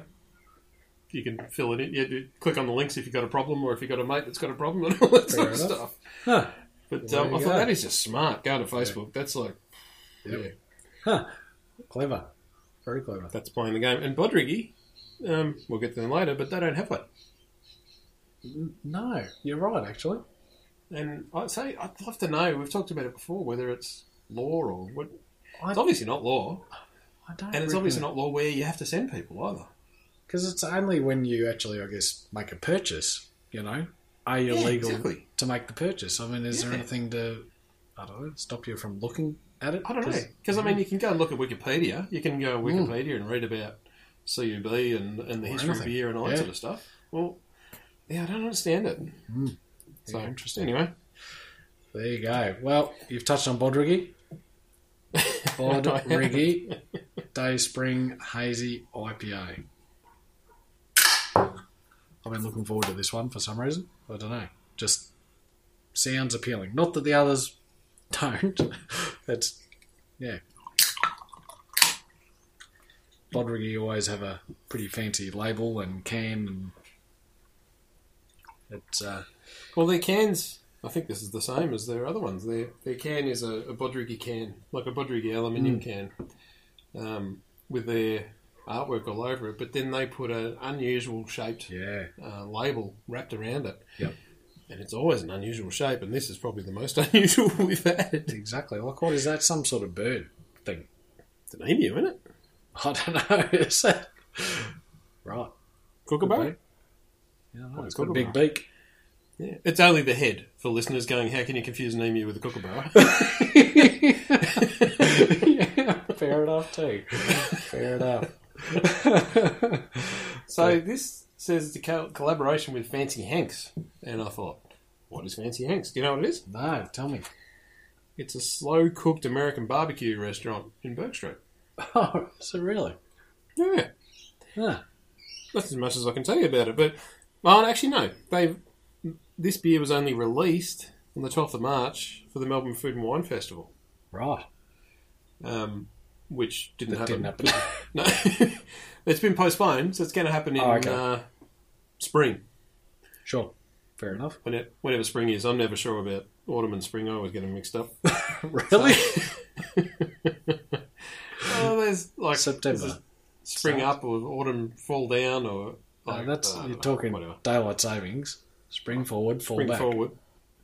You can fill it in. You you click on the links if you've got a problem, or if you've got a mate that's got a problem, and all that sort of enough. stuff. Huh. But There um, you I go. thought that is just smart. Go to Facebook. That's like, Yep. yeah, Huh. Clever. Very clever. that's playing the game. And Bodrigi, um, we'll get to them later, but they don't have one. No, you're right, actually. And I would say I'd love to know. We've talked about it before. Whether it's law or what, I, it's obviously not law, I don't and it's obviously not law where you have to send people either. Because it's only when you actually, I guess, make a purchase, you know, are you Yeah, legal exactly. to make the purchase? I mean, is there Yeah. anything to, I don't know, stop you from looking at it? I don't know Hmm. because I mean you can go and look at Wikipedia. You can go on Wikipedia and read about CUB and, and the Or history of anything. beer and all Yeah. that sort of stuff. Well, yeah, I don't understand it. So Yeah, interesting. Anyway, There you go. Well, you've touched on Bodrigi. Bodrigi, Day Spring Hazy IPA. I've been looking forward to this one for some reason. I don't know. Just sounds appealing. Not that the others don't. It's yeah. Bodrigi always have a pretty fancy label and can, and it's uh, Well, their cans, I think this is the same as their other ones. Their their can is a, a Bodrigi can, like a Bodrigi aluminium can, um, with their artwork all over it. But then they put an unusual shaped yeah. uh, label wrapped around it. Yep. And it's always an unusual shape, and this is probably the most unusual we've had. Exactly. Like, what is that? Some sort of bird thing? It's an emu, isn't it? I don't know. Is that right? Kookaburra? Yeah, I don't know. What's it's got a called big beak. Yeah. It's only the head for listeners going, how can you confuse an emu with a kookaburra? yeah, fair enough too. Fair enough. so this says the co- collaboration with Fancy Hanks. And I thought, what is Fancy Hanks? Do you know what it is? no, tell me. It's a slow cooked American barbecue restaurant in Burke Street. Oh, so really? Yeah. Huh. Ah. That's as much as I can tell you about it. But, well, actually, no. They This beer was only released on the 12th of March for the Melbourne Food and Wine Festival, Right. um, which didn't That happen. didn't happen. No, it's been postponed, so it's going to happen in Oh, okay. uh, spring, sure. Fair enough. whenever, whenever spring is. I'm never sure about autumn and spring. I always get them mixed up. Really? oh, there's like there's September. spring up or autumn fall down or No, like, that's uh, you're talking whatever. daylight savings. Spring forward, fall Spring back. forward.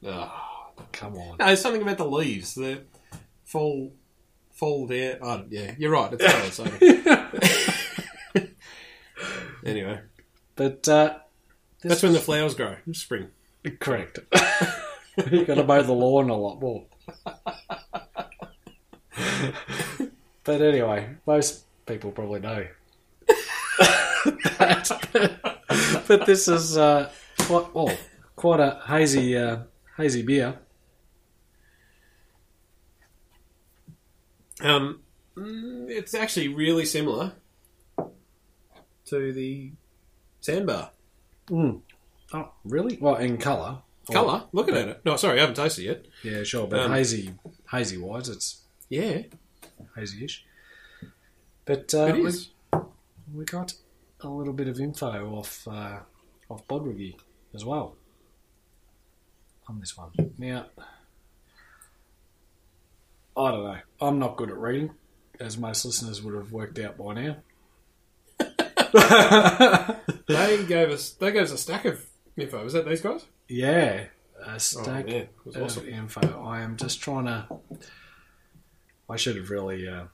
Ah. Come on. no, there's something about the leaves that fall fall down. Oh, yeah, you're right. It's daylight saving. anyway, But uh, that's when the flowers grow. Spring. correct. you got to mow the lawn a lot more. but anyway, most people probably know. that. But this is uh, quite well, quite a hazy uh, hazy beer. Um, mm, it's actually really similar to the sandbar. Oh, really? Well, in colour. Mm. Colour, looking at it. No, sorry, I haven't tasted it yet. Yeah, sure, but Um, hazy hazy wise, it's Yeah, hazy-ish. But uh, it is. We, we got a little bit of info off uh, off Bodrigi as well on this one. Now, I don't know. I'm not good at reading, as most listeners would have worked out by now. They gave us they gave us a stack of info. Was that these guys? yeah, a stack Oh, yeah, it was of awesome. info. I am just trying to. I should have really. Uh,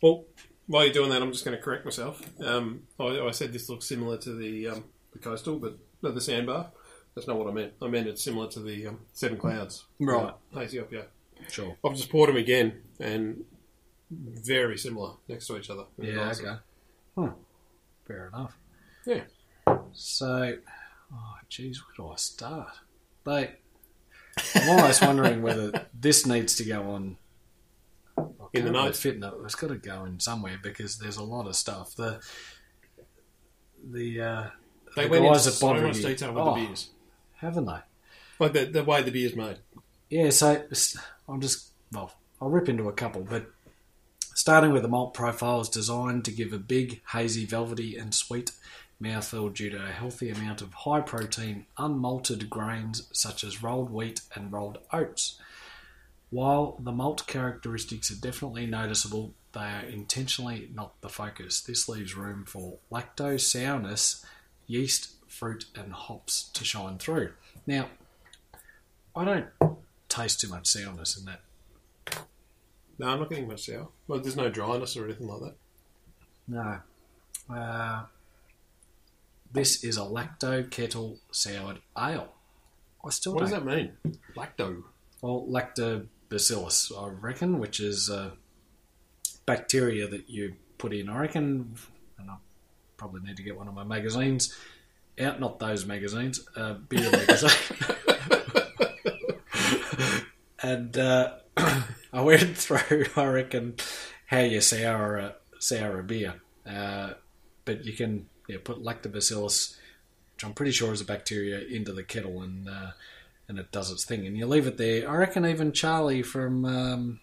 Well, while you're doing that, I'm just going to correct myself. Um, I, I said this looks similar to the um, the coastal, but no, the sandbar. That's not what I meant. I meant it's similar to the um, Seven Clouds. Right. Uh, hazy up, yeah. sure. I've just poured them again, and very similar next to each other. Yeah, okay. Hmm. Fair enough. Yeah. So, oh, geez, where do I start? They, I'm almost wondering whether this needs to go on. I In the can't really notes. fit in it. It's got to go in somewhere because there's a lot of stuff. The the uh, They The went into guys at so Bonneville. much detail with Oh. the beers. haven't they? Like the, the way the beer's made. Yeah, so s- I'll just well, I'll rip into a couple, but starting with the malt profile is designed to give a big, hazy, velvety, and sweet mouthfeel due to a healthy amount of high protein, unmalted grains such as rolled wheat and rolled oats. While the malt characteristics are definitely noticeable, they are intentionally not the focus. This leaves room for lactose sourness, yeast, fruit, and hops to shine through. Now, I don't taste too much sourness in that. No, I'm not getting much sour. Well, there's no dryness or anything like that. No. Uh, this is a lacto kettle soured ale. I still What don't. does that mean? Lacto. Well, lactobacillus, I reckon, which is uh, bacteria that you put in. I reckon, and I probably need to get one of my magazines out, not those magazines, uh, beer magazine. and uh, I went through, I reckon, how you sour a, sour a beer. Uh, but you can yeah, put lactobacillus, which I'm pretty sure is a bacteria, into the kettle and. Uh, and it does its thing, and you leave it there. I reckon even Charlie from um,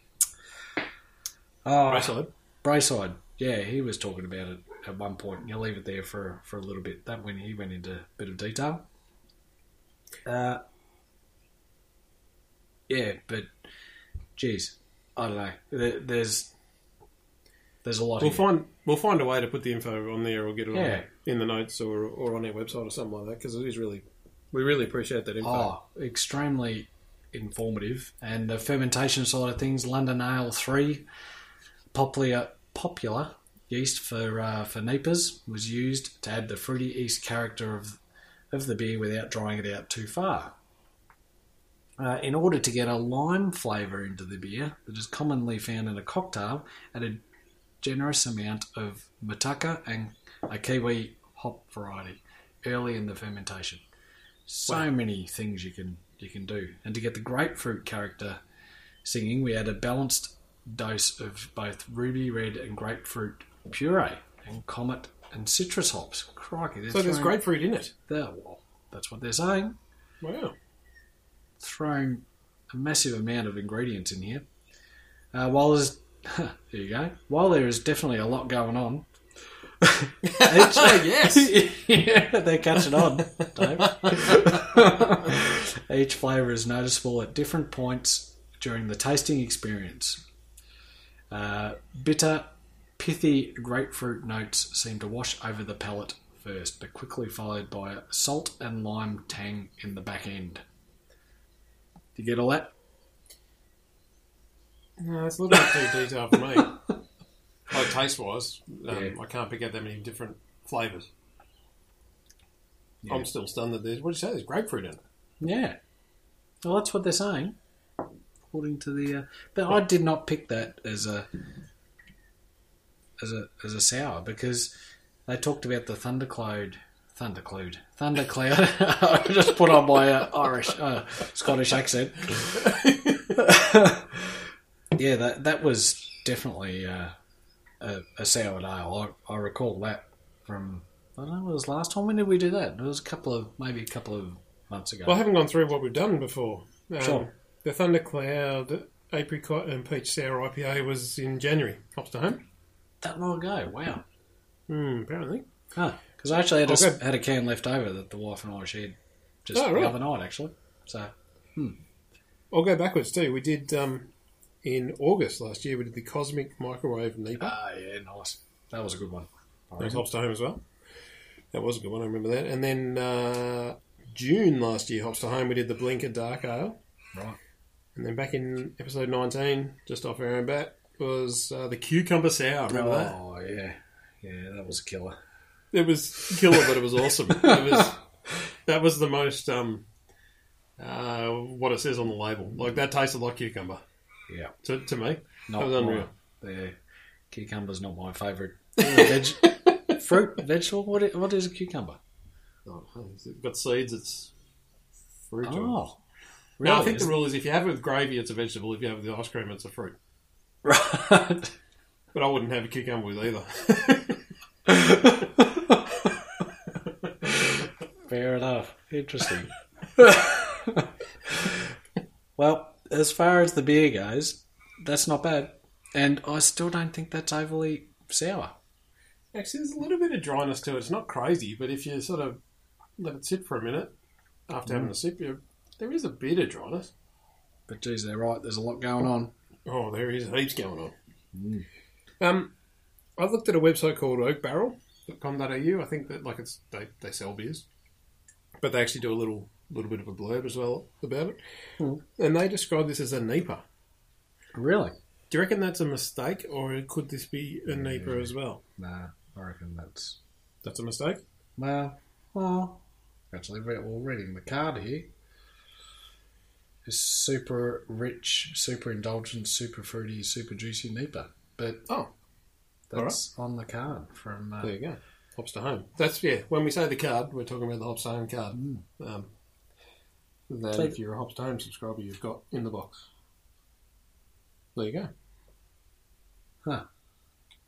oh, Brayside. Brayside, yeah, he was talking about it at one point. and You leave it there for for a little bit. That when he went into a bit of detail. Uh, yeah, but geez, I don't know. There, there's there's a lot. We'll here. find we'll find a way to put the info on there or get it on- Yeah. in the notes or, or on our website or something like that because it is really we really appreciate that info. Oh, extremely informative. And the fermentation side of things, London Ale 3, popular, popular yeast for, uh, for neepers was used to add the fruity yeast character of, of the beer without drying it out too far. uh, in order to get a lime flavour into the beer that is commonly found in a cocktail, add a generous amount of mataka and a kiwi hop variety early in the fermentation. So many things you can you can do, and to get the grapefruit character singing, we add a balanced dose of both ruby red and grapefruit puree and comet and citrus hops. Crikey, they're So there's throwing- grapefruit in it. they're- well, that's what they're saying Wow. thrown a massive amount of ingredients in here. Uh, while there's there you go. While there is definitely a lot going on, each, yes. yeah, they're catching on. Dave. each flavour is noticeable at different points during the tasting experience. Uh, bitter, pithy grapefruit notes seem to wash over the palate first, but quickly followed by salt and lime tang in the back end. Do you get all that? No, it's a little bit too detailed for me. like taste wise, um, Yeah. I can't pick out that many different flavours. Yeah. I'm still stunned that there's what did you say? There's grapefruit in it. Yeah. Well, that's what they're saying, according to the. Uh, but I did not pick that as a as a as a sour because they talked about the thundercloud, thundercloud, thundercloud. I just put on my uh, Irish uh, Scottish accent. yeah, that that was definitely uh, a, a sour ale. I, I recall that from. I don't know. It was last time. When did we do that? It was a couple of maybe a couple of months ago. Well, I haven't gone through what we've done before. Um, Sure. The Thundercloud Apricot and Peach Sour IPA was in January. Hops to home. that long ago. Wow. Oh, Mm, apparently. Because I actually had, a, Okay. had a can left over that the wife and I shared just Oh, right. the other night, actually. So I'll go backwards too. We did um, in August last year. We did the Cosmic Microwave Neighbor. ah, yeah, nice. That was a good one. I That was reckon. Hops to Home as well. That was a good one. I remember that. And then uh, June last year, Hops to Home, we did the Blinker Dark Ale. Right. And then back in episode 19, just off our own bat, was uh, the Cucumber Sour. Remember that? Oh yeah, yeah, that was a killer. It was killer, but it was awesome. It was that was the most um, uh, what it says on the label. Like that tasted like cucumber Yeah, to, to me. not was unreal. My, the cucumber's not my favourite veg, fruit vegetable. What is, what is a cucumber? Oh, it's got seeds. It's fruit. or- Oh, no, I think the Is- rule is if you have it with gravy, it's a vegetable. If you have it with ice cream, it's a fruit. right. But I wouldn't have a cucumber with either. Fair enough. Interesting. well, as far as the beer goes, that's not bad. And I still don't think that's overly sour. Actually, there's a little bit of dryness to it. It's not crazy, but if you sort of let it sit for a minute after having a sip, you there is a bit of dryness. But geez, they're right. There's a lot going on. Oh, there is heaps going on. Mm. Um, I've looked at a website called oakbarrel.com.au. I think that like it's they, they sell beers, but they actually do a little little bit of a blurb as well about it. Hmm. And they describe this as a NEPA. Really? Do you reckon that's a mistake, or could this be a NEPA as well? Nah, I reckon that's. That's a mistake. Well, well. Actually, re- well, reading the card here. It's super rich, super indulgent, super fruity, super juicy Nipa. But Oh. that's on the card from uh, There you go. Hops to home. That's yeah. When we say the card, we're talking about the hops to home card. Mm. Um, that So- if you're a hops to home subscriber, you've got in the box. There you go.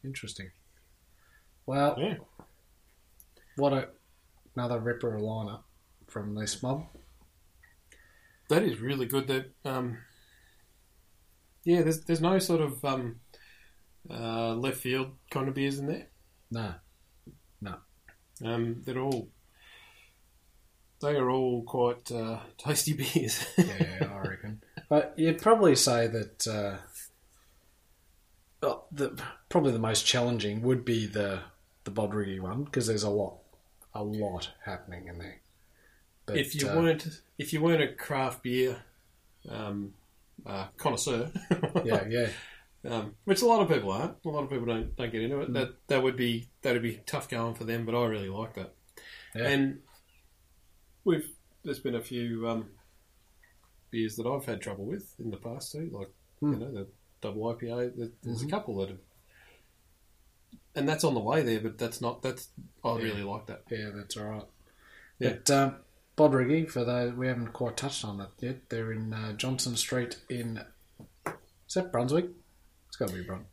Interesting. Well, Yeah. what a, another ripper lineup from this mob. That is really good. That um, yeah, there's there's no sort of um, uh, left field kind of beers in there. No, Um, they're all they are all quite uh, tasty beers. yeah, I reckon. But you'd probably say that uh, oh, the, probably the most challenging would be the the Bodrigi one because there's a lot, a lot happening in there. But, if you uh, weren't if you weren't a craft beer um, uh, connoisseur, yeah, yeah, um, which a lot of people aren't. A lot of people don't don't get Mm. into it. That that would be that would be tough going for them. But I really like that. Yeah. And we've there's been a few um, beers that I've had trouble with in the past too. Like Hmm. you know the double IPA. There- There's Mm-hmm. a couple that have, and that's on the way there. But that's not. That's I really like that. Yeah, that's all right. Yeah. But um, Bodrigi, for those we haven't quite touched on that yet, they're in uh, Johnson Street in is that Brunswick? It's got to be Brunswick.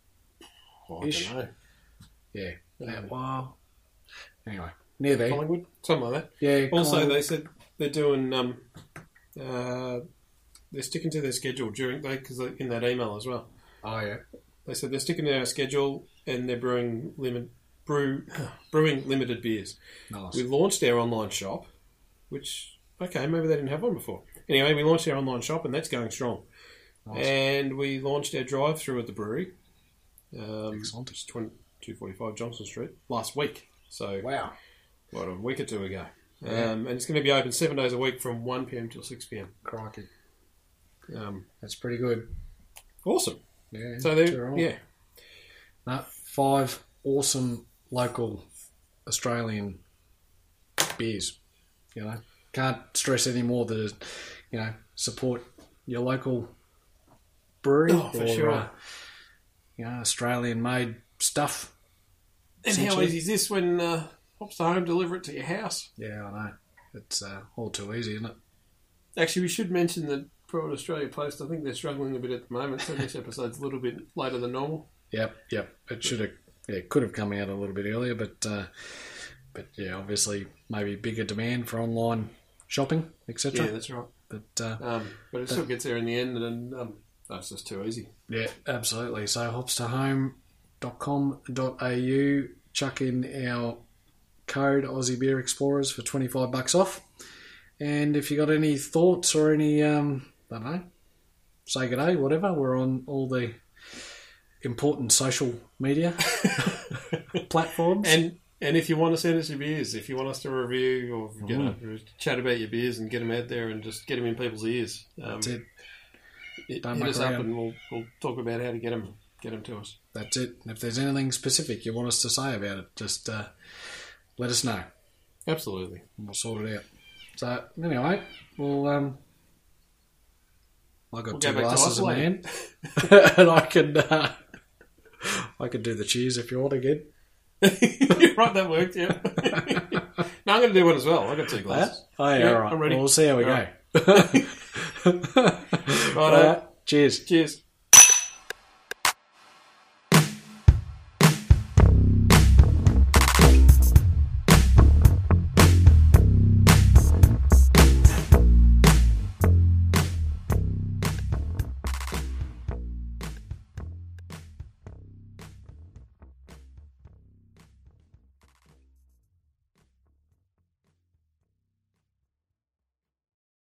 Oh, I Ish. don't know. Yeah, Yeah. wow. Anyway, near there. Collingwood, something like that. Yeah. Also, Colin- they said they're doing. Um, uh, they're sticking to their schedule during they because in that email as well. Oh yeah. They said they're sticking to our schedule and they're brewing limit brew brewing limited beers. Nice. We launched our online shop, which okay, maybe they didn't have one before. Anyway, we launched our online shop and that's going strong. Nice. And we launched our drive-through at the brewery, um, Excellent. which is 20, 245 Johnson Street last week. So Wow. what a week or two ago. Yeah. Um, and it's going to be open seven days a week from 1 p.m. till 6 p.m. Crikey. Um, That's pretty good. awesome. Yeah. So it's all there, right. yeah, No, five awesome local Australian beers. You know, can't stress any more that you know support your local brewery uh, Oh, for sure. you know, Australian made stuff. And how Essentially. easy is this when uh, Popstar Home deliver it to your house? Yeah, I know. It's uh, all too easy, isn't it? Actually, we should mention that Pro Australia Post, I think they're struggling a bit at the moment, so this episode's a little bit later than normal. Yep, yep. It should have. Yeah, it could have come out a little bit earlier, but uh, but yeah, obviously maybe bigger demand for online shopping, etc. that's right. But uh, Um, but it still gets there in the end, and um, that's just too easy. Yeah, absolutely. So hopstohome.com.au, chuck in our code Aussie Beer Explorers for 25 bucks off. And if you got any thoughts or any, um, I don't know, say good day, whatever, we're on all the important social media platforms. And and if you want to send us your beers, if you want us to review or you know, chat about your beers and get them out there and just get them in people's ears, um, That's it. hit- Don't hit muck us up around. and we'll, we'll talk about how to get them, get them to us. That's it. And if there's anything specific you want us to say about it, just uh, let us know. Absolutely. and we'll sort it out. So anyway, we'll um, I got We'll two go back to glasses of man, isolating. and I can uh, I can do the cheers if you want again. You're right, that worked, yeah. no, I'm going to do one as well. I've got two glasses. Oh yeah, Yeah, all right. I'm ready. Well, we'll see how we All right. go. All right. Righto. cheers. Cheers.